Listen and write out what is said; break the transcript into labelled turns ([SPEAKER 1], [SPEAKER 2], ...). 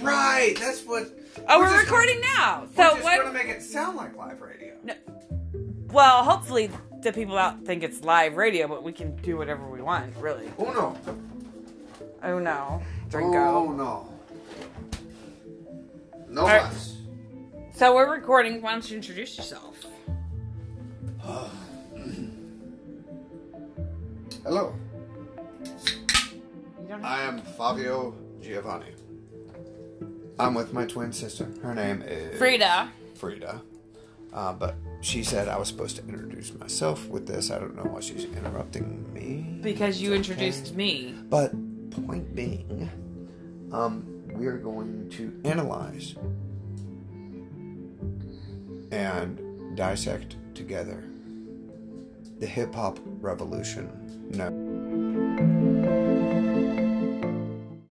[SPEAKER 1] Right. That's what.
[SPEAKER 2] Oh, we're,
[SPEAKER 1] just-
[SPEAKER 2] recording now.
[SPEAKER 1] We're
[SPEAKER 2] So
[SPEAKER 1] just
[SPEAKER 2] what?
[SPEAKER 1] gonna make it sound like live radio.
[SPEAKER 2] Well, hopefully the people out think it's live radio, but we can do whatever we want, really.
[SPEAKER 1] Oh no.
[SPEAKER 2] Oh no,
[SPEAKER 1] Oh
[SPEAKER 2] Drinko.
[SPEAKER 1] no. No
[SPEAKER 2] right.
[SPEAKER 1] mas.
[SPEAKER 2] So we're recording. Why don't you introduce yourself?
[SPEAKER 1] Hello.
[SPEAKER 2] You don't
[SPEAKER 1] I am Fabio Giovanni. I'm with my twin sister. Her name is
[SPEAKER 2] Frida.
[SPEAKER 1] Frida. Uh, but she said I was supposed to introduce myself with this. I don't know why she's interrupting me.
[SPEAKER 2] Because you
[SPEAKER 1] It's
[SPEAKER 2] introduced
[SPEAKER 1] okay.
[SPEAKER 2] me.
[SPEAKER 1] But point being, um, we are going to analyze and dissect together the hip hop revolution. No.